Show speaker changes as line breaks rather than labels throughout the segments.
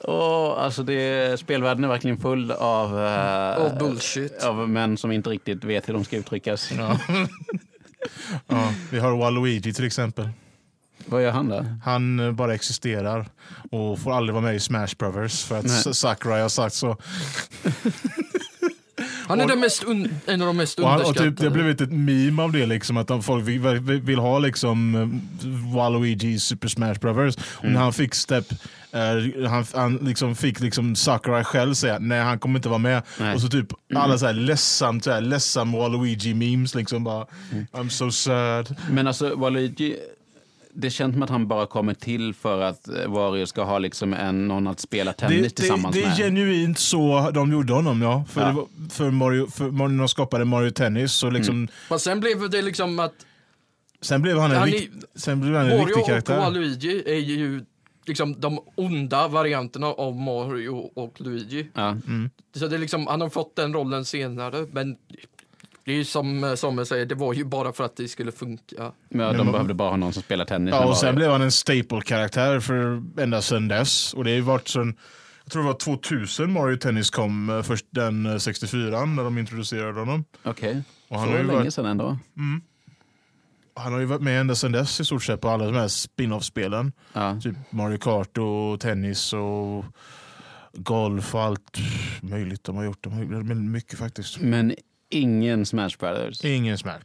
Och, alltså det, spelvärlden är verkligen full av, eh,
Och bullshit.
av män som inte riktigt vet hur de ska uttryckas.
Ja, vi har Waluigi till exempel.
Vad gör han då?
Han eh, bara existerar och får aldrig vara med i Smash Brothers för att
Nej.
S- Sakurai har sagt så.
Han är den mest un- en av de mest
Och, han, och
underskattade.
typ, det har blivit ett meme av det, liksom, att de- folk vill, vill, vill ha liksom, eh, Waluigi i Super Smash Brothers. Och
Mm.
när han fick Step, eh, han, han liksom fick liksom Sakurai själv säga nej han kommer inte vara med.
Nej. Mm.
Och så typ alla så här ledsamt, så här, ledsam Waluigi-memes. Liksom, bara,
Mm.
I'm so sad.
Men alltså Waluigi, det känns som att han bara kommer till för att eh, Wario ska ha liksom en, någon att spela tennis tillsammans
det, det är
med.
genuint så de gjorde honom ja. För,
Ja.
Det var, för, Mario, för när de skapade Mario Tennis så liksom,
Mm.
Men sen blev det liksom att
sen blev han en,
Han är-
vikt, sen blev han en viktig
Mario och
karaktär.
Waluigi är ju liksom de onda varianterna av Mario och Luigi.
ja.
Så det är liksom, han har fått den rollen senare, men det är ju som eh, Samuel säger, det var ju bara för att det skulle funka.
Men de
man-
behövde bara ha någon som spelar tennis
Ja,
med
och sen
Wario.
blev han en staple-karaktär för ända sedan dess. Och det har ju varit sedan, jag tror det var 2000 Mario Tennis kom, eh, först den eh, 64 när de introducerade honom.
Okej,
Och
så
han, har ju
länge
varit,
sedan ändå.
han har ju varit med ända sedan dess i stort sett på alla de här spin-off-spelen.
Ja.
Typ Mario Kart och tennis och golf och allt möjligt de har gjort. De har gjort väldigt mycket faktiskt.
Men ingen Smash Brothers.
Ingen smäll.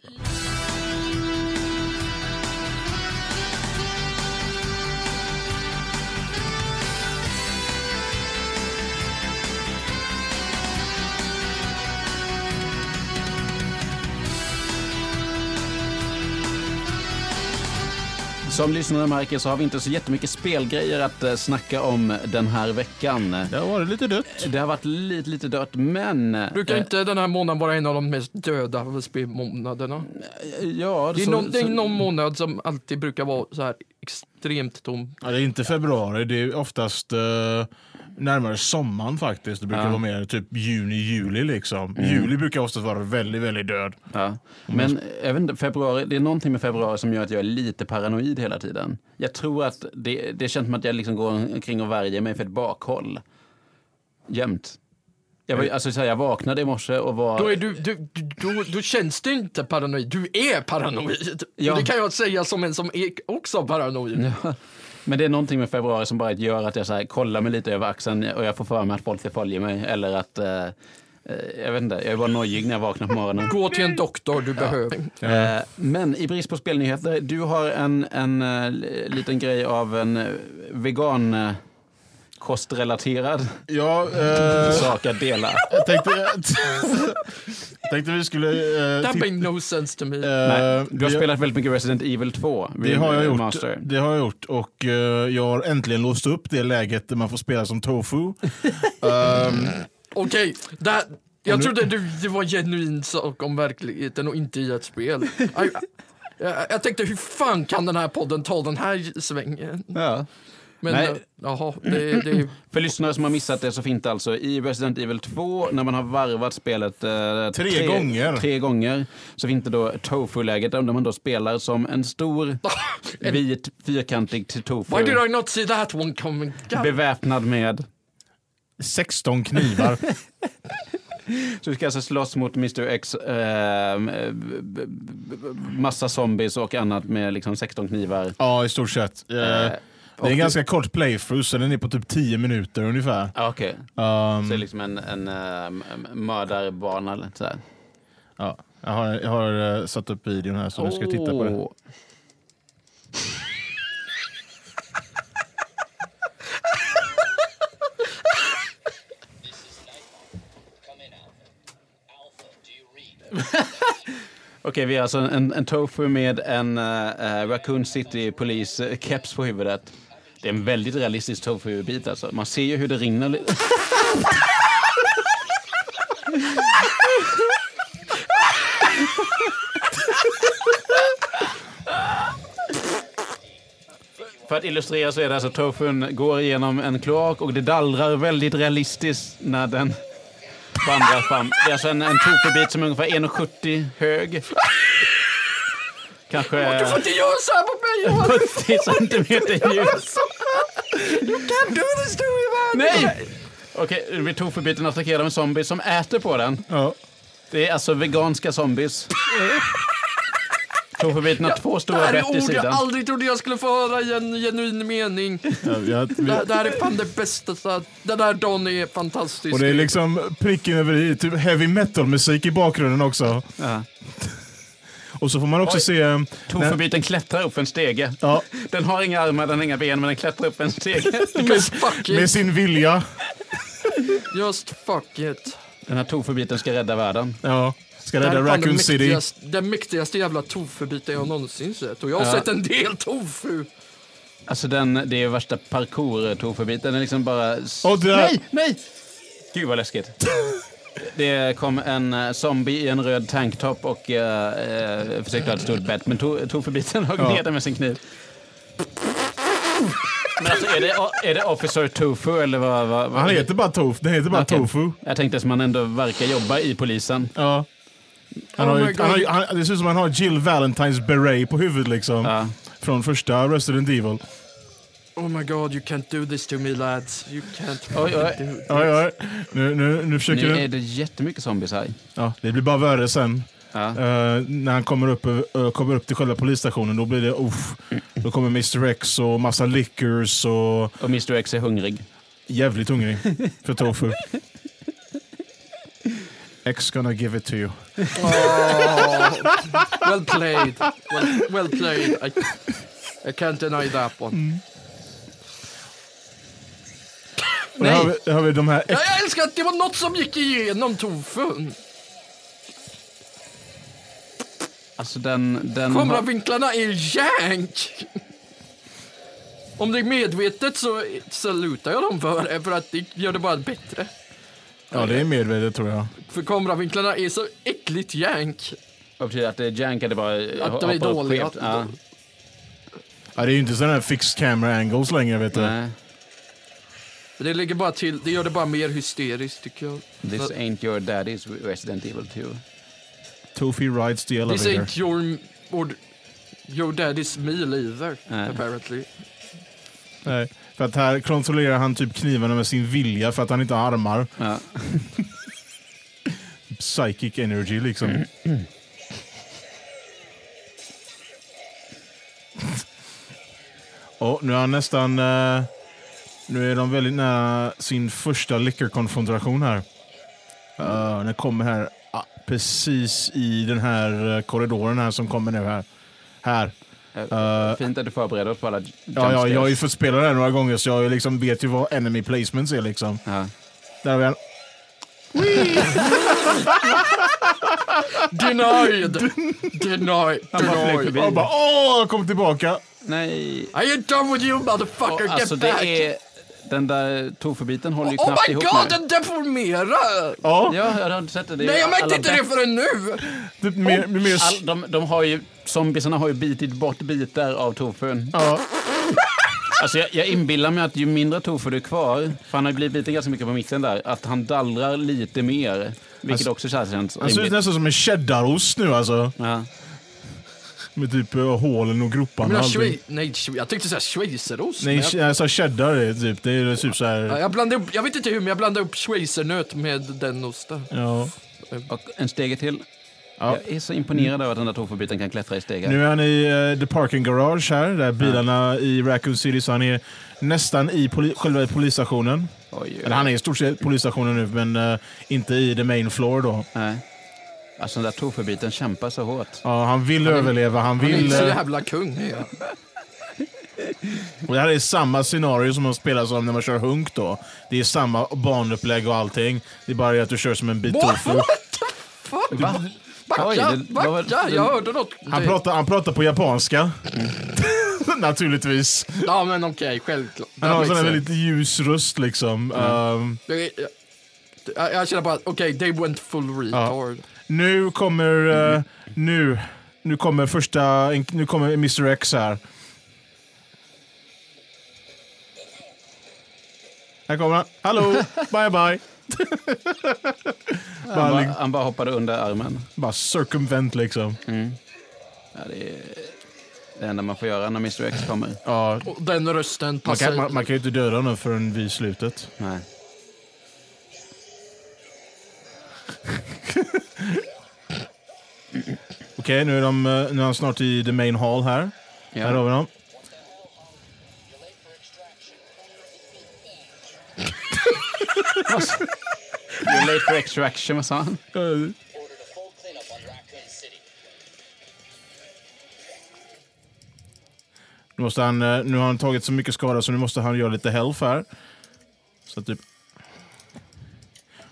Som lyssnarna märker så har vi inte så jättemycket spelgrejer att eh, snacka om den här veckan.
Där var det lite dött.
Det har varit lite, lite dött, men...
Brukar
eh,
inte den här månaden vara en av de mest döda spelmånaderna?
Ja,
Det är,
så-
någon, det är
så-
någon månad som alltid brukar vara så här extremt tom.
Ja, det är inte februari, det är oftast eh, närmare sommaren faktiskt. Det brukar
Ja.
vara mer typ juni, juli liksom. Juli brukar oftast vara väldigt, väldigt död.
Ja.
Mm.
Men jag vet inte, februari, det är någonting med februari som gör att jag är lite paranoid hela tiden. Jag tror att det, det känns som att jag liksom går omkring och värjer mig för ett bakhåll. Jämt. Jag, var, alltså, så här, jag vaknade i morse och var...
Mm. Då, är du, du, du, då, då känns det inte paranoid, du är paranoid.
Ja.
Det kan jag säga som en som är också paranoid.
Men det är någonting med februari som bara gör att jag så här, kollar mig lite över axeln och jag får för mig att folk följer mig. Eller att... Eh, eh, jag vet inte, jag är bara nojig när jag vaknar på morgonen.
Gå till en doktor du behöver.
Eh, Men i brist på spelnyheter, du har en, en eh, li- liten grej av en eh, vegan eh, kostrelaterad
Ja, eh,
sak att dela.
jag tänkte, jag tänkte vi skulle... Eh,
That
titta-
made no sense to me.
eh,
Nej, du har
vi-
spelat väldigt mycket Resident Evil 2.
Det har, jag gjort,
Remaster.
det har jag gjort och eh, jag har äntligen låst upp det läget där man får spela som tofu. Ehm,
Okej, okay, jag trodde du, det var en genuin sak om verkligheten och inte i ett spel. I, jag, jag tänkte hur fan kan den här podden ta den här svängen?
Ja.
Men
Nej.
eh, jaha, det, det,
För lyssnare som har missat det så finns det alltså i Resident Evil 2, när man har varvat spelet eh, tre,
gånger.
tre gånger, så finns det då tofu-läget där man då spelar som en stor vit fyrkantig
why
tofu
did I not see that one coming? God,
beväpnad med
16 knivar.
Så vi ska alltså slåss mot Mr X, eh, b- b- b- massa zombies och annat med liksom 16 knivar.
ja, i stort sett. Eh, det är en ganska kort playthrough, så den är på typ 10 minuter ungefär.
Ja, Okej,
Ehm,
så det är liksom en, en eh, mördarbana eller sådär.
ja, jag har, jag har eh, satt upp videon här så du ska titta på det.
Oh.
Åh. Okej, vi har alltså en, en tofu med en eh, eh, Raccoon City-polis-keps på huvudet. Det är en väldigt realistisk tofu-bit alltså. Man ser ju hur det rinner lite. För att illustrera så är det alltså tofun går igenom en kloak och det dallrar väldigt realistiskt när den vandrar fram. Det är alltså en, en tofubit som är ungefär 1,70 hög. Kanske
du får inte göra så här på mig Johan!
70 centimeter djup.
Alltså, You can't do this to me man!
Nej! Okej, det blir tofubiten attackerad av en zombie som äter på den.
Ja.
Det är alltså veganska zombies. Tofubiten har två
Det
stora
här
bett
är
i
ord jag
sidan.
aldrig trodde jag skulle få höra i en genuin mening.
Ja, jag-
Det här, det här är fan det bästa. så att- Den här dagen är fantastisk.
Och det är liksom pricken över i, typ heavy metal musik i bakgrunden också.
Ja.
Och så får man också
Oj.
se... eh, när-
Tofubiten klättrar upp för en stege.
Ja,
Den har inga armar, den har inga ben, men den klättrar upp för en stege.
Just fuck
med
it.
sin vilja.
Just fuck it.
Den här tofubiten ska rädda världen.
Ja. Ska
Det här
rädda
är fan den
Raccoon City.
mäktigaste, den mäktigaste jävla tofubiten jag någonsin sett. Och jag har
Ja.
sett en del tofu.
Alltså den, det är värsta parkour-tofubiten. Den är liksom bara...
Och där-
Nej, nej! Gud vad läskigt. Det kom en eh, zombie i en röd tanktop och eh, eh, försökte ha ett stort bett, men to- tofubiten högg
Ja.
ner den med sin kniv. Men alltså, är det, är det Officer Tofu eller vad? vad, vad
Han heter bara Tofu. Den heter bara
Okej.
Tofu.
Jag tänkte som han ändå verkar jobba i polisen.
Ja. Han har,
Oh
ju-
my God.
han har, ju- han, det ser ut som han har Jill Valentines beret på huvudet liksom.
Ja.
Från första Resident Evil.
Oh my god, you can't do this to me lads. You can't
Oj, oj.
do this.
Oj, oj. Nu, nu, nu försöker
Nu är
du...
det jättemycket zombies här.
Ja, det blir bara värre sen.
Ja.
Eh, när han kommer upp, eh, kommer upp till själva polisstationen, då blir det uff. Då kommer Mr X och massa lickers och
Och Mr X är hungrig.
jävligt hungrig för tofu. X gonna give it to you.
Well played. Well, well played. I, I can't deny that one.
Och där
Nej.
har vi, där har vi de här
Ja, jag älskar att det var något som gick igenom tofun.
Alltså den... den har-
Kameravinklarna är jank. Om det är medvetet så salutar jag dem för det, för att det gör det bara bättre.
Ja, det är medvetet tror jag.
För kameravinklarna är så äckligt jank.
Vad betyder det? att det är jank, att det bara eh,
Att
hoppar
de är
upp
dåliga.
skevt? Ja.
Ja, det är ju inte sådana här fixed camera angles längre vet du.
Nej.
Det ligger bara till, det gör det bara mer hysteriskt tycker jag.
This
Så-
ain't your daddy's Resident Evil 2.
Tofu rides the
This
elevator.
ain't your, or, your daddy's meal either,
Nej.
apparently.
Nej, för att här kontrollerar han typ knivarna med sin vilja för att han inte har armar.
Ja.
Psychic energy liksom. Och nu är han nästan... eh, nu är de väldigt nära sin första lickerkonfrontation här. Uh, den kommer här ah, precis i den här eh, korridoren här som kommer nu här. Här. Eh,
Fint att du förbereder oss på alla j-
ja, ja, jag har ju
jumpscares.
fått spela det här några gånger så jag har ju liksom vet ju vad enemy placements är liksom.
Ja.
Där har vi en
Denied! Denied!
Han bara flög
Denied!
förbi.
Och bara åh, jag kom tillbaka!
Nej.
I ain't done with you motherfucker, get
Alltså
back!
det är... Den där tofubiten håller ju
Oh
knappt
my
ihop
god,
nu.
den deformerar!
Ja,
Ja, jag har inte sett det. det är
Nej, jag
alla
märkte inte
bett-
det förrän nu!
typ mer, mer
All, de, de har ju... Zombiesarna har ju bitit bort bitar av tofun.
Ja.
Alltså jag, jag inbillar mig att ju mindre tofu det är kvar, för han har ju blivit biten ganska mycket på mitten där, att han dallrar lite mer. Vilket
Alltså-
också känns rimligt.
Han ser ut nästan som en cheddarost nu alltså.
Ja.
Med typ eh, hålen och
Jag
groparna.
menar,
och allting.
schwe- nej, schwe- jag tänkte säga schweizerost. men jag-
Nej, che- alltså cheddar är typ, det är typ så
Ja,
här.
Jag, blandade upp, jag vet inte hur, men jag blandade upp schweizernöt med den osten.
Ja.
Och en stege till.
Ja.
Jag är så imponerad över att den där tofubiten kan klättra i stegar.
Nu är han i eh, the parking garage här, där bilarna i Raccoon City, så han är nästan i poli- själva polisstationen.
Oj,
Eller han är i stort sett polisstationen nu, men eh, inte i the main floor då.
Nej. Alltså den där tofubiten kämpar så hårt.
Ja, han vill överleva,
Han
han
är
vill...
inte så
eh,
jävla kung. är jag.
Och det här är samma scenario som man spelar som när man kör hunk då. Det är samma banupplägg och allting. Det är bara det att du kör som en bit
What,
tofu.
what the fuck?
Va? Oj,
Backa,
det- vad var-
backa! Jag hörde något.
Han
Det-
pratar, han pratar på japanska. Naturligtvis.
Ja, men okej, självklart.
Han har
That
en sån här
makes
väldigt ljus röst liksom.
Mm.
Ehm,
sense. Jag- Jag, jag känner bara, okej, they went full retard.
nu kommer... eh, nu. Nu kommer första... Nu kommer Mr X här. Här kommer han. Hallå! bye bye!
Han
bara, liksom,
bara, han bara hoppade under armen.
bara circumvent liksom.
Ja, det är... Det enda man får göra när Mr X kommer.
Ja,
Och den rösten
man,
passar...
kan, man, man kan ju inte döda honom förrän vid slutet.
Nej.
Okej, nu, är de, eh, nu är han snart i the main hall här. Här har
Ja.
vi dem.
You're late for extraction, vad sa han?
ordered a full cleanup on Raccoon City.
Nu, måste han, eh, nu har han tagit så mycket skada så nu måste han göra lite health här. Så typ...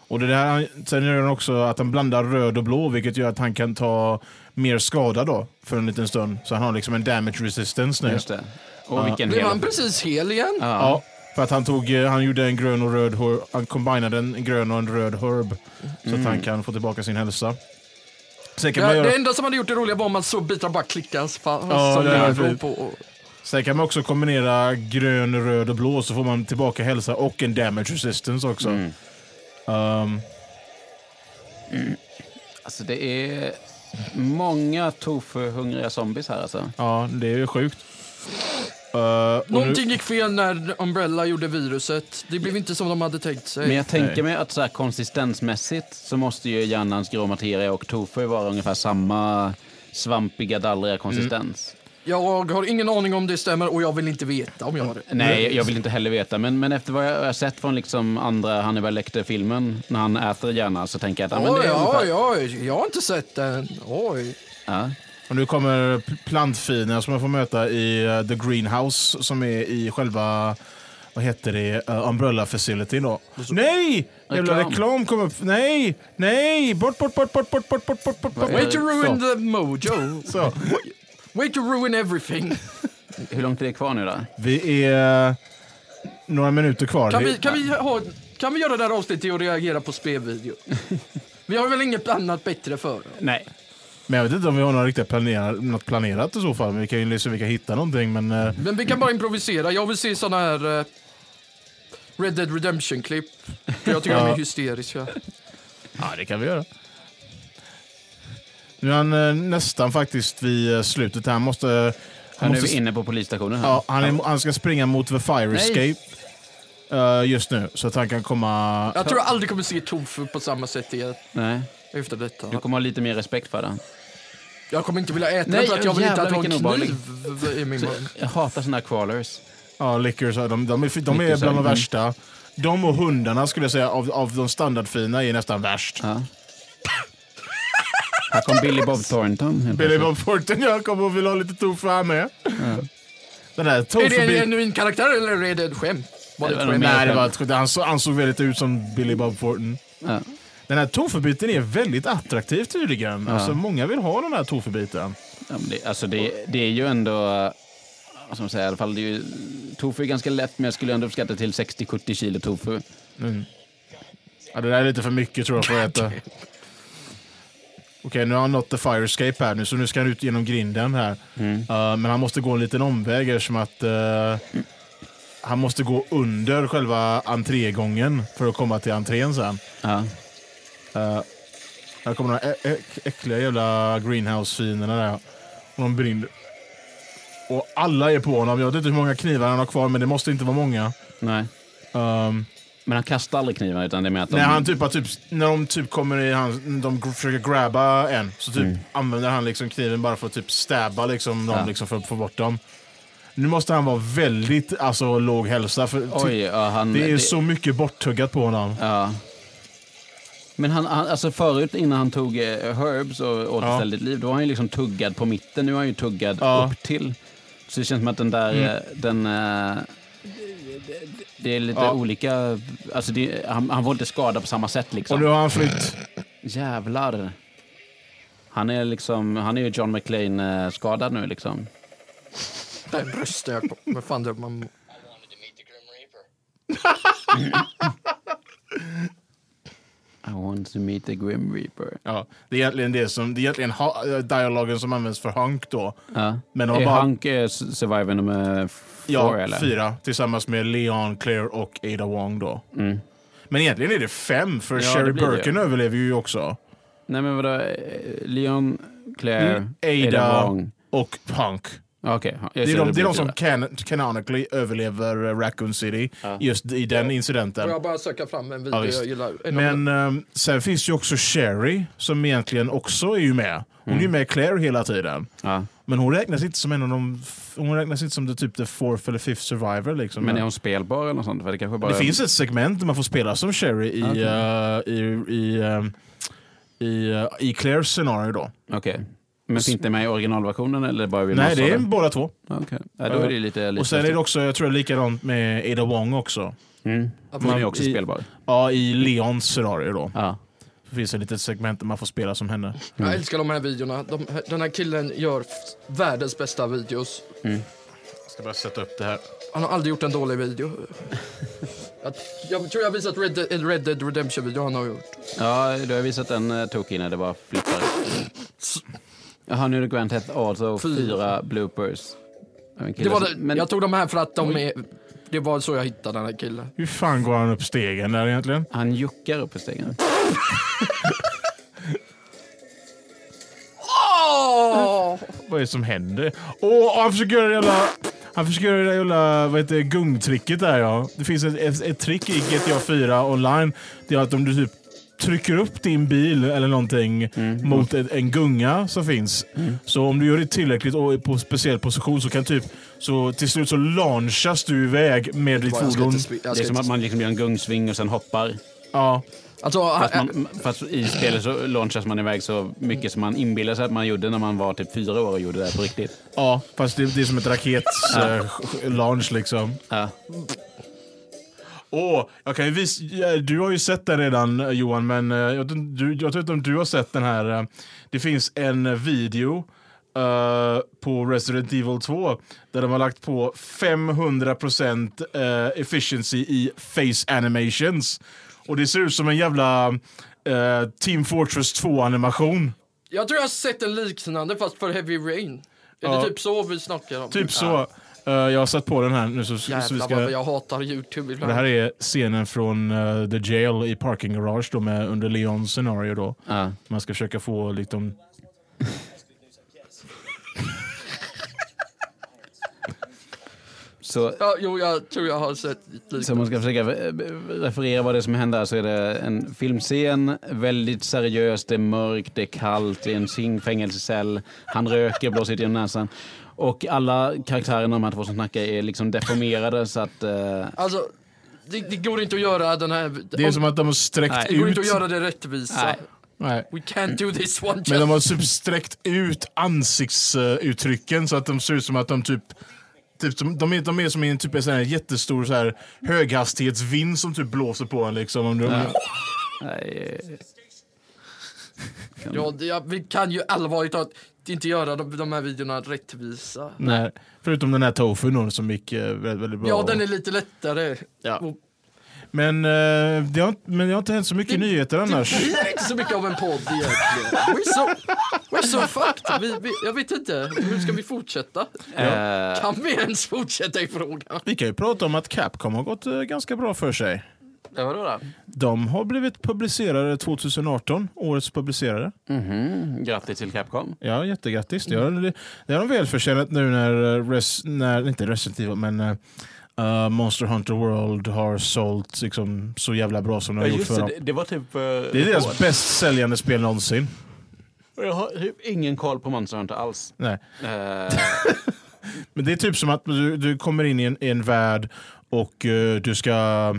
Och det där, han- sen gör han också att han blandar röd och blå vilket gör att han kan ta mer skada då för en liten stund. Så han har liksom en damage resistance nu.
Just det. Och vilken
Blev han
hel...
precis hel igen?
Ja.
Ja, för att han, tog, eh, han gjorde en grön och röd herb, han combinerade en grön och en röd herb. Så att
Mm.
han kan få tillbaka sin hälsa. Sen kan,
Det,
man, göra,
det enda som hade gjort det roliga var om man så bitar bara klickas. Fan,
Ja,
som
det hade
jag
varit
går
fint.
på. och-
sen kan man också kombinera grön, röd och blå så får man tillbaka hälsa och en damage resistance också.
Mm.
Ehm,
Alltså, det är många tofu-hungriga zombies här alltså.
ja, det är ju sjukt. Eh, och nu,
Någonting gick fel när Umbrella gjorde viruset. Det blev inte som de hade tänkt sig.
Men jag tänker mig att så här, konsistensmässigt så måste ju hjärnans grå materia och tofu vara ungefär samma svampiga, dallriga konsistens.
Jag har ingen aning om det stämmer och jag vill inte veta om jag har det.
Nej, jag vill inte heller veta. Men, men efter vad jag har sett från liksom andra Hannibal Lecter-filmen när han äter hjärna så tänker jag att ja, men det
Oj,
är ungefär...
oj, oj, jag har inte sett den. Oj.
Ja.
och nu kommer pl- plantfienden som man får möta i eh, The Greenhouse som är i själva vad heter det? Uh, umbrella facility då. Nej! Jävla
Reklam.
reklam kom upp. Nej! Nej! Bort, bort, bort, bort, bort, bort, bort, bort, bort, bort.
är
Way to
Eh, Så.
ruin the mojo.
Så.
Way to ruin everything.
Hur långt är det kvar nu då?
Vi är eh, några minuter kvar.
Kan vi, kan vi, ha, kan vi göra det här avsnittet och reagera på spelvideo? Vi har väl inget annat bättre för
Nej.
Men jag vet inte om vi har något riktigt planerat, något planerat i så fall. Men Vi kan ju se om vi kan hitta någonting. Men, eh,
Men vi kan bara improvisera. Jag vill se såna här eh, Red Dead Redemption-klipp. För jag tycker de är hysteriska.
ja, det kan vi göra. Nu är han eh, nästan faktiskt vid eh, slutet här. Han måste... Han,
Han är
måste,
vi inne på polisstationen här.
ja, han, är, han ska springa mot The Fire Escape eh, just nu. Så att han kan komma...
Jag tror jag aldrig kommer se Tofu på samma sätt igen
Nej.
efter
Du
detta.
kommer ha lite mer respekt för den.
Jag kommer inte vilja äta
Nej,
den för att jag vill inte
jävlar,
att ha en
vilken obehaglig.
kniv i min mun.
Jag hatar såna här crawlers.
Ja, Lickers, de, de, de, är- de är
Lickers,
bland de
mm.
värsta. De och hundarna skulle jag säga, av, av de standardfina, är nästan värst.
Ja. Här kom Billy Bob Thornton. helt
Billy
plötsligt.
Bob Thornton, jag kommer och vill ha lite tofu här med.
Är
Den där
det en
tofu...
genuin karaktär eller är det ett skämt? Var det ett
Det var
skämt?
nog
Nej, det var ett skämt. han, så, han såg väldigt ut som Billy Bob Thornton.
Ja.
Den här tofubiten är väldigt attraktiv tydligen. Alltså, många vill ha den här tofubiten.
Ja, men det, alltså det, det är ju ändå... Vad ska man säga? I alla fall, det är ju, tofu är ganska lätt, men jag skulle ändå uppskatta till 60-70 kilo tofu.
Mm. Ja, det där är lite för mycket tror jag för att äta. Okej, nu har han nått the fire escape här nu, så nu ska han ut genom grinden här. Eh, men han måste gå en liten omväg eftersom att eh, han måste gå under själva entrégången för att komma till entrén sen.
Ja.
Här kommer de här ä- ä- äckliga jävla greenhouse-finerna där. Och de brinner. Och alla är på honom. Jag vet inte hur många knivar han har kvar, men det måste inte vara många.
Nej.
Ehm,
Men han kastar aldrig knivar, utan det är med att de...
när, han typ, har typ, när de typ kommer i hans... De gr- försöker grabba en, så typ använder han liksom kniven bara för att typ stäba liksom dem,
Mm. Ja.
liksom för att få bort dem. Nu måste han vara väldigt alltså, låg hälsa. För typ,
Oj, ja, han...
det är så mycket borttuggat på honom.
Ja. Men han, han, alltså förut innan han tog eh, Herbs och återställde ditt liv, då var han ju liksom tuggad på mitten. Nu är han ju tuggad
Ja. Mm.
upp till. Så det känns som att den där, eh, den... eh, det- det- Det är lite
Ja.
olika, alltså det, han, han var inte skadad på samma sätt liksom.
Och nu har han flytt.
Jävlar. Han är liksom, han är ju John McClane eh, skadad nu liksom.
Den rösten jag på. Men fan, det man...
I wanted to meet the Grim Reaper.
I want to meet the Grim Reaper.
Ja, det är egentligen det som, det är egentligen ha, äh, dialogen som används för Hank då.
Ja.
Men de har
Är
bara,
Hank eh, s- survivor nummer f-
ja,
four eller?
fyra tillsammans med Leon, Claire och Ada Wong då. Men egentligen är det fem, för
Mm. Ja,
Sherry
det blir det.
Birkin överlever ju också.
Nej men vadå, eh, Leon, Claire,
Mm. Ada,
Wong.
och Hank.
Ja, Okej. Ja, jag
Det är
ser
de, det är
blir
de som
fyra.
can, canonically överlever eh, Raccoon City, just i den incidenten.
Får jag bara söka fram en
Ja,
video
visst.
jag gillar? En av-
Men ehm, sen finns ju också Sherry som egentligen också är ju med.
Mm.
Hon är ju med Claire hela tiden.
Ja.
Men hon räknas inte som en av de... Hon räknas inte som the, typ the fourth eller fifth survivor liksom.
Men är hon spelbar eller något sånt? För det kanske bara...
Det finns ett segment där man får spela som Sherry i,
Okej.
eh, i, i, ehm, i, eh, i Claires scenario då.
Okej. Men finns det med i originalversionen eller bara vid
Nej,
massorna?
det är båda två.
Ja, Okej. Ja, då är det ju lite... lite
Och sen är det också, jag tror det är likadant med Ada Wong också.
Mm. Hon är ju också
i-
spelbar.
Ja, i Leons scenario då.
Ja.
Det finns ett litet segment där man får spela som henne.
Jag älskar de här videorna. De, den här killen gör f- världens bästa videos.
Jag ska bara sätta upp det här.
Han har aldrig gjort en dålig video. jag, jag tror jag har visat Red Dead, en Red Dead Redemption-video han har gjort.
Ja, du har visat en eh, tokig när det bara flippar. Jaha, nu är det Grand Theft Auto
Fyra.
4 bloopers. Ja, en kille
Det var det,
som- men-
Jag tog de här för att de är... Det var så jag hittade den här killen.
Hur fan går han upp stegen där egentligen?
Han juckar upp för stegen.
Åh!
Vad är det som händer? Åh, han försöker göra det jävla... Han försöker göra det där jävla vad heter det, gungtricket där ja. Det finns ett, ett, ett trick i GTA 4 online. Det är att om du typ trycker upp din bil eller någonting
Mm.
mot ett, en gunga som finns. Så om du gör det tillräckligt och är på speciell position så kan typ... Så till slut så launchas du iväg med ditt
Jag ska
fordon.
inte sp- jag
Det
ska
är som att
inte...
man liksom gör en gungsving och sen hoppar.
Ja.
Alltså,
Fast,
han,
man, fast i spelet så launchas man iväg så mycket som man inbillar sig att man gjorde när man var typ fyra år och gjorde det här på riktigt.
Ja, fast det, det är som ett eh, raketlaunch liksom.
Ja.
Åh, jag kan ju visa, ja, du har ju sett den redan eh, Johan, men eh, jag, vet inte- du, jag tror inte om du har sett den här. eh, Det finns en video eh, på Resident Evil 2 där de har lagt på 500% eh, efficiency i face animations. Och det ser ut som en jävla eh, Team Fortress 2-animation.
jag tror jag har sett en liknande fast för Heavy Rain. Är
Ja.
det typ så vi snackar om?
Typ så. Eh, jag har satt på den här nu så, så vi
Jävlar
ska...
vad jag hatar Youtube
Och
ibland.
Det här är scenen från eh, The Jail i Parking Garage då med, under Leons scenario då.
Ja.
Man ska försöka få liksom...
Så,
Ja, jo, jag tror jag har sett liknande.
så om man ska försöka eh, referera vad det är som händer här så är det en filmscen, väldigt seriöst, det är mörkt, det är kallt, det är en sing- fängelsecell, han röker, blåser ut genom näsan. Och alla karaktärer de här två som snackar är liksom deformerade så att... Eh,
Alltså, det, det går inte att göra den här...
Det är
om-
som att de har sträckt
Nej,
det går
ut...
inte att göra det rättvisa.
Nej.
Nej.
We can't do this one just...
Men de har typ sträckt ut ansiktsuttrycken så att de ser ut som att de typ... typ som, de, är, de är som i en, typ, en sån här jättestor så här, höghastighetsvind som typ blåser på en liksom. Om du,
nej,
ja, det, ja, vi kan ju allvarligt talat inte göra de, de här videorna rättvisa.
Nej. Förutom den här tofun då, som gick eh, väldigt, väldigt bra.
Ja, den är lite lättare.
Ja.
Och
men, eh, det har, inte- men det har inte hänt så mycket nyheter annars.
Det är inte så mycket av en podd egentligen. We're so, we're so fucked. Vi, vi, jag vet inte, hur ska vi fortsätta?
eh,
Kan vi ens fortsätta i frågan?
Vi kan ju prata om att Capcom har gått eh, ganska bra för sig.
Ja, vadå då?
De har blivit publicerare 2018, årets publicerare.
mhm, grattis till Capcom.
Ja, jättegrattis. Det har,
Mm.
det har de välförtjänat nu när, eh, res, när inte Resident Evil, men eh, eh, Monster Hunter World har sålt liksom, så jävla bra som de har gjort för dem.
det, det var typ...
Det är deras bäst säljande spel någonsin.
Jag har typ ingen koll på Monster Hunter alls.
Nej.
Eh,
Men det är typ som att du, du kommer in i en, i en värld och eh, du ska...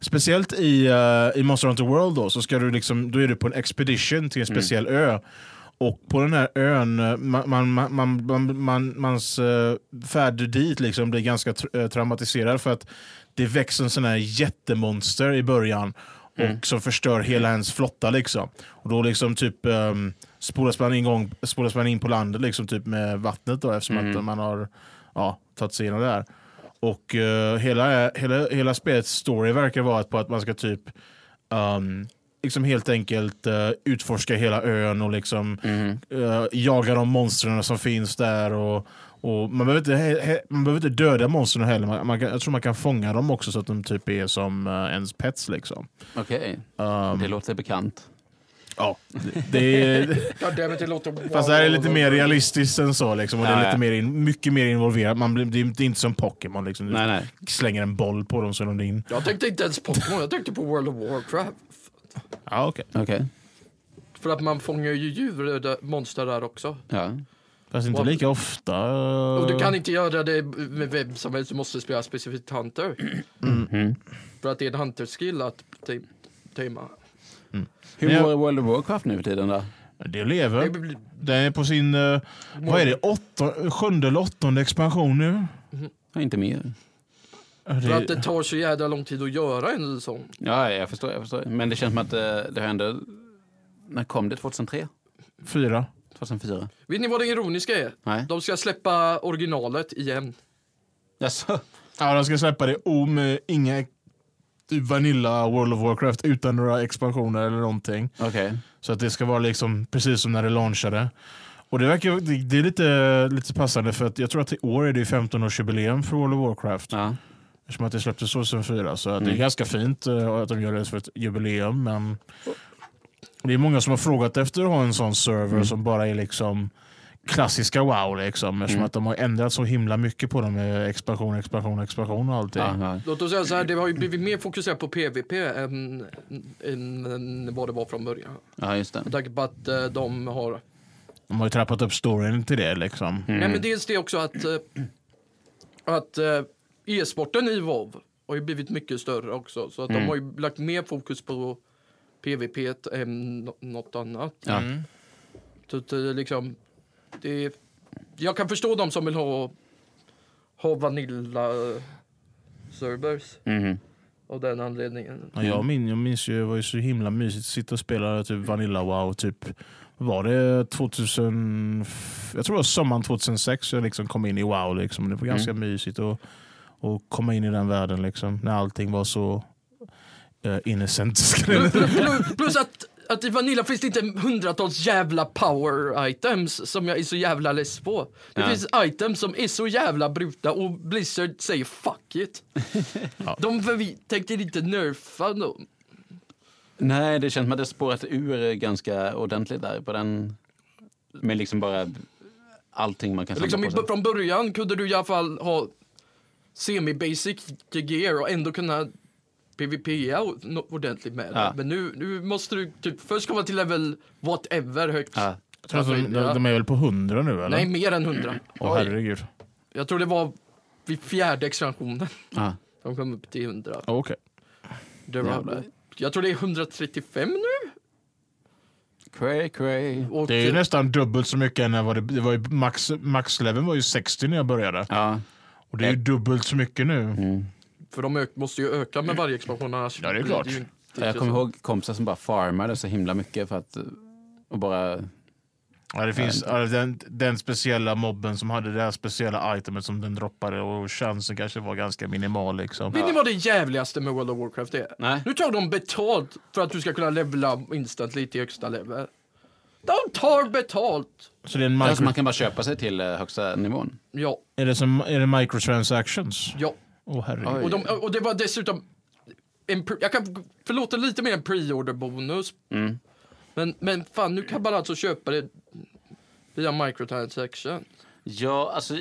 Speciellt i, eh, i Monster Hunter World då, så ska du liksom, då är du på en expedition till en speciell ö. Och på den här ön, eh, man, man, man, man, man, man, mans eh, färd dit liksom blir ganska tr- eh, traumatiserad för att det växer en sån här jättemonster i början och som förstör hela ens flotta. liksom. Och då liksom typ um, spolas, man ingång, spolas man in på landet liksom typ med vattnet då eftersom att man har ja, tagit sig igenom det här. Och eh, hela, hela, hela spelets story verkar vara på att man ska typ ehm, liksom helt enkelt eh, utforska hela ön och liksom eh, jaga de monstren som finns där. Och, och man, behöver inte, he, he, man behöver inte döda monstren heller. Man, man, kan- jag tror man kan fånga dem också så att de typ är som eh, ens pets. Liksom.
Ehm, Okej, det låter bekant.
Ja, det- det är...
God damn it, det låter...
Fast det här är lite mer realistiskt än så. Liksom, och det
Ja,
är
ja.
lite mer in, mycket mer involverat. Man blir, det är inte- det är inte som Pokémon. Liksom. Du
Nej, nej.
slänger en boll på dem så är de in.
Jag tänkte inte ens Pokémon, jag tänkte på World of Warcraft.
Ja, okay.
Okej.
För att man fångar ju djur, eh, där- monster där också.
Ja.
Fast inte
Och-
lika ofta.
Och
Mm.
du kan inte göra det med vem som helst, du måste spela specifikt Hunter.
Mm-hmm.
För att det är en Hunter-skill att te- tama.
Hur
Men jag-
mår World of Warcraft nu för tiden då?
Det
Det
lever.
blir-
Den är på sin, eh, vad är det, åtta, sjunde eller åttonde expansion nu.
Ja, inte mer.
För
Det,
att det tar så jädra lång tid att göra en sån.
Ja, jag förstår, jag förstår. Men det känns som att eh, det har ändå... När kom det? 2003?
fyra.
2004?
Vet ni vad det ironiska är?
Nej.
De ska släppa originalet igen.
Jaså?
Ja, de ska släppa det om eh, inga typ Vanilla World of Warcraft utan några expansioner eller någonting.
Okej.
Så att det ska vara liksom precis som när det launchade. Och det, verkar, det, det är lite, lite passande för att jag tror att i år är det 15-årsjubileum för World of Warcraft.
Ja. Mm.
Eftersom att det släpptes 2004. Så att det är ganska fint eh, att de gör det för ett jubileum. Men det är många som har frågat efter att ha en sån server
Mm.
som bara är liksom klassiska wow. Liksom,
Mm.
eftersom att de har ändrat så himla mycket på dem med expansion, expansion, expansion och allting.
Ja, ja.
Låt oss säga så här, det har ju blivit mer fokuserat på PVP än, än, än vad det var från början.
ja, just det.
Med tanke på att eh, de har...
De har ju trappat upp storyn till det. Liksom.
Nej men dels det också att, eh, att eh, e-sporten i WoW har ju blivit mycket större också. Så att de har ju lagt mer fokus på PVP än nå- något annat.
Ja.
Så att, eh, liksom, det är, jag kan förstå de som vill ha, ha vanilla eh, servers
Mhm.
av den anledningen.
Ja, jag, min, jag minns ju, det var ju så himla mysigt att sitta och spela typ Vanilla Wow. Typ, var det 2000... Jag tror det var sommaren 2006 jag liksom kom in i Wow. Liksom. Det var ganska mysigt att, att komma in i den världen liksom, när allting var så eh, innocent. skulle jag säga.
Plus, plus att, att i Vanilla finns det inte hundratals jävla power items som jag är så jävla less på. Det
Ja.
finns items som är så jävla bruta och Blizzard säger fuck it. De förvi- tänkte inte nerfa dem.
Nej, det känns som att det spårat ur ganska ordentligt där på den. Med liksom bara allting man kan samla
Liksom, i,
på sig.
från början kunde du i alla fall ha semi-basic gear och ändå kunna PVPa o- no- ordentligt med det.
Ja.
Men nu, nu måste du typ först komma till level whatever högt.
Ja.
Jag tror att de, Alltså, de, de är väl på 100 nu eller?
Nej, mer än 100.
Åh herregud.
Jag tror det var vid fjärde expansionen.
Ja.
De kom upp till 100.
Okej.
Det var,
Jävlar.
jag tror det är 135 nu.
Cray, cray.
Och
Det är ju
eh,
nästan dubbelt så mycket än vad det, det var ju max, max level var ju 60 när jag började.
Ja.
Och det är ju dubbelt så mycket nu.
För de ö- måste ju öka med varje expansion annars.
Ja, det är
blir
klart.
ju inte
Jag kommer ihåg kompisar som bara farmade så himla mycket för att... eh, Och bara...
Ja, det finns ja, den, den speciella mobben som hade det här speciella itemet som den droppade och chansen kanske var ganska minimal. Liksom.
Vet ni vad det jävligaste med World of Warcraft är?
Nej.
Nu tar de betalt för att du ska kunna levela instantly till högsta level. De tar betalt!
Så det är, en
Alltså
micro,
man kan bara köpa sig till eh, högsta nivån.
Ja,
är, det som, är det microtransactions?
ja.
Åh herregud.
Oj.
Och, de, och det var dessutom... En pre, jag kan förlåta lite mer en pre-order-bonus.
Mm.
Men, men fan, nu kan man alltså köpa det via microtransaction.
Ja, alltså...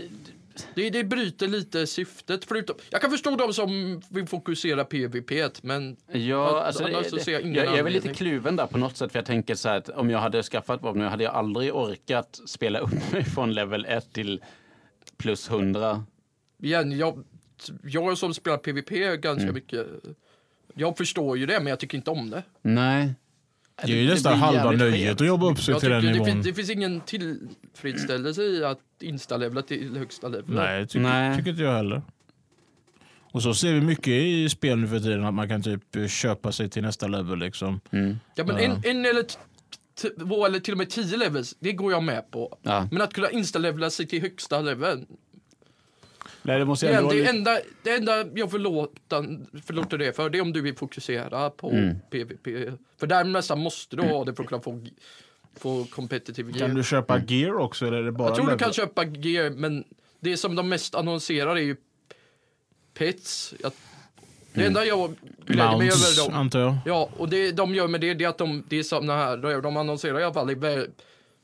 Det, det bryter lite syftet. Förutom, jag kan förstå de som vill fokusera PVP, men
Ja,
Att-
alltså det,
annars så ser jag
jag,
ingen
jag, är väl
anledning.
lite kluven där på något sätt. För jag tänker så här att om jag hade skaffat vapen nu hade jag aldrig orkat spela upp mig från level 1 till plus 100.
igen, jag, jag som spelar PVP ganska
Mm.
mycket, jag förstår ju det, men jag tycker inte om det.
Nej.
det är ju
det
nästan
blir
halva
jävligt
nöjet
skevt.
att jobba upp sig
Jag
till den
tycker det,
nivån.
finns, det finns ingen tillfredsställelse i att insta-levla till högsta level.
Nej, tycker,
Nej.
tycker inte jag heller. Och så ser vi mycket i spel nu för tiden att man kan typ köpa sig till nästa level. Liksom.
Ja, men en, en eller t- t- två eller till och med tio levels, det går jag med på.
Ja.
Men att kunna insta-levla sig till högsta level,
Nej, det måste
Det,
jag ändå...
det,
lite-
enda, det enda jag förlåter, förlåter det för det är om du vill fokusera på
Mm.
PVP. För där nästan måste du ha det för att kunna få, få competitive gear.
Kan du köpa gear också eller är det bara
Mm. jag tror du
level?
kan köpa gear men det som de mest annonserar är ju pets. Jag, Det enda jag gläder mig över
Mm. Mounts,
dem.
antar jag.
Ja, och det de gör med det, det är att de, det är såna här, de annonserar i alla fall i väl,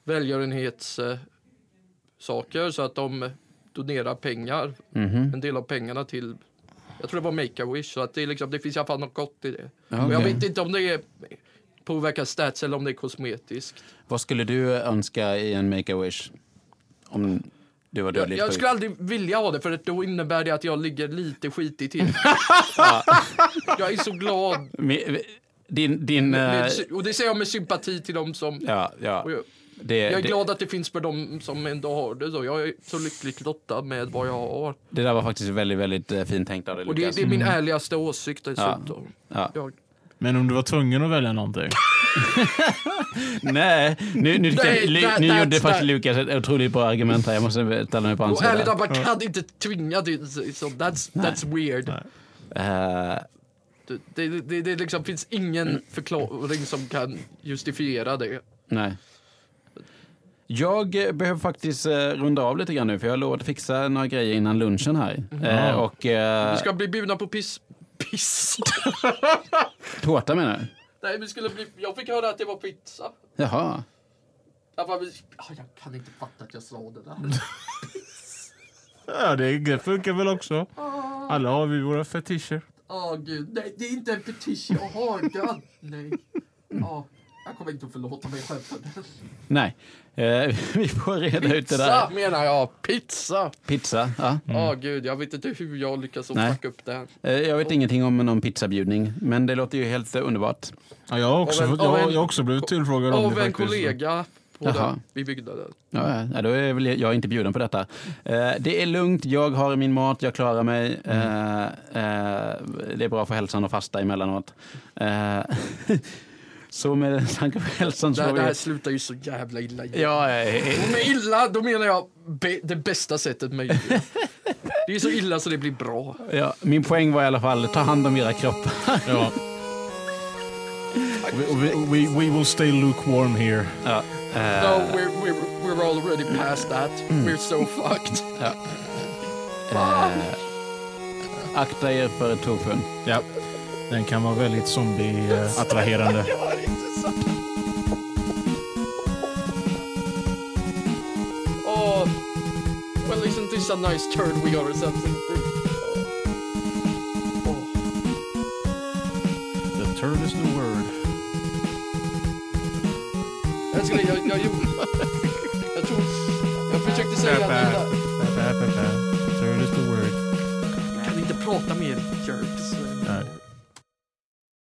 välgörenhetssaker så att de donerar pengar, en del av pengarna till, jag tror det var Make-A-Wish, så att det, är liksom, det finns i alla fall något gott i det. Men jag
okej.
vet inte om det är, påverkar stats eller om det är kosmetiskt.
Vad skulle du önska i en make-a-wish? Om du var dödligt
Jag
sjuk?
skulle aldrig vilja ha det för att då innebär det att jag ligger lite skitigt till. jag är så glad.
Mi- Din... din eh,
Med, och det säger jag med sympati till dem som...
ja, ja.
och jag,
Det,
jag är
Eh, det,
glad att det finns för dem som ändå har det. Så jag är så lyckligt lottad med vad jag har.
det där var faktiskt väldigt, väldigt eh, fint tänkt av dig,
Och det,
Lukas.
det är min ärligaste åsikt dessutom.
Mm. Ja.
Jag,
Men om du var tvungen att välja någonting.
Nej, nu, nu, tyckte jag,
Nej,
Lu-
that-
nu gjorde
that's-
faktiskt
that-
Lukas ett otroligt bra argument här. Jag måste ställa mig på hans
och ärligt
sida.
talat, man kan inte tvinga det. Så så that's, that's weird.
Eh,
Det, det, det, det liksom finns ingen förklaring som kan justifiera det.
Nej. Jag eh, behöver faktiskt eh, runda av lite grann nu, för jag har lovat att fixa några grejer innan lunchen här. Eh, och eh,
Mm-hmm. Vi ska bli bjudna på piss... Piss?
tårta menar du?
Nej, vi skulle bli... Jag fick höra att det var pizza.
Jaha.
Jag, bara, vi... Ah, jag kan inte fatta att jag sa det där.
Ja, det, det funkar väl också. Alla har vi våra fetischer.
Åh gud, nej det är inte en fetisch jag har. Gud, nej. Ja, jag kommer inte att förlåta mig själv för det.
Nej. Eh, vi får reda ut det där.
Pizza menar jag, pizza.
Pizza. Ja.
Åh gud, jag vet inte hur jag lyckas att
Nej.
fucka upp det här.
Eh, jag vet ingenting om någon pizzabjudning, men det låter ju helt eh, underbart.
Ja, jag, har också,
Av en-
jag,
av
har-
en-
jag har också blivit tillfrågad om
Av
det
en
faktiskt.
kollega på
Jaha.
den, vi byggde den.
Ja, ja. ja, då är väl jag, jag är inte bjuden på detta. Eh, det är lugnt, jag har min mat, jag klarar mig. Eh, eh, det är bra för hälsan att fasta emellanåt. Eh, så med tanke på hälsan
Det
så
här,
får
det
vi...
här slutar ju så jävla illa. Ja.
Ja, eh, eh,
Med illa, då menar jag be, det bästa sättet möjligt. Det är så illa så det blir bra.
ja, min poäng var i alla fall, ta hand om era kroppar.
Ja. We, we, we, we will stay lukewarm here.
Ja, eh,
No, we're, we're, we're already past that.
Mm.
We're so fucked.
akta er för tofun.
Ja. Den kan vara väldigt eh, zombie-attraherande.
Oh, well, isn't this a nice turn we got ourselves into? Oh,
The turd is the word.
jag skulle, jag, jag gjorde... Jag tror... Jag försökte säga att jag
Turd is the word.
kan inte prata mer, jerks.
Nej.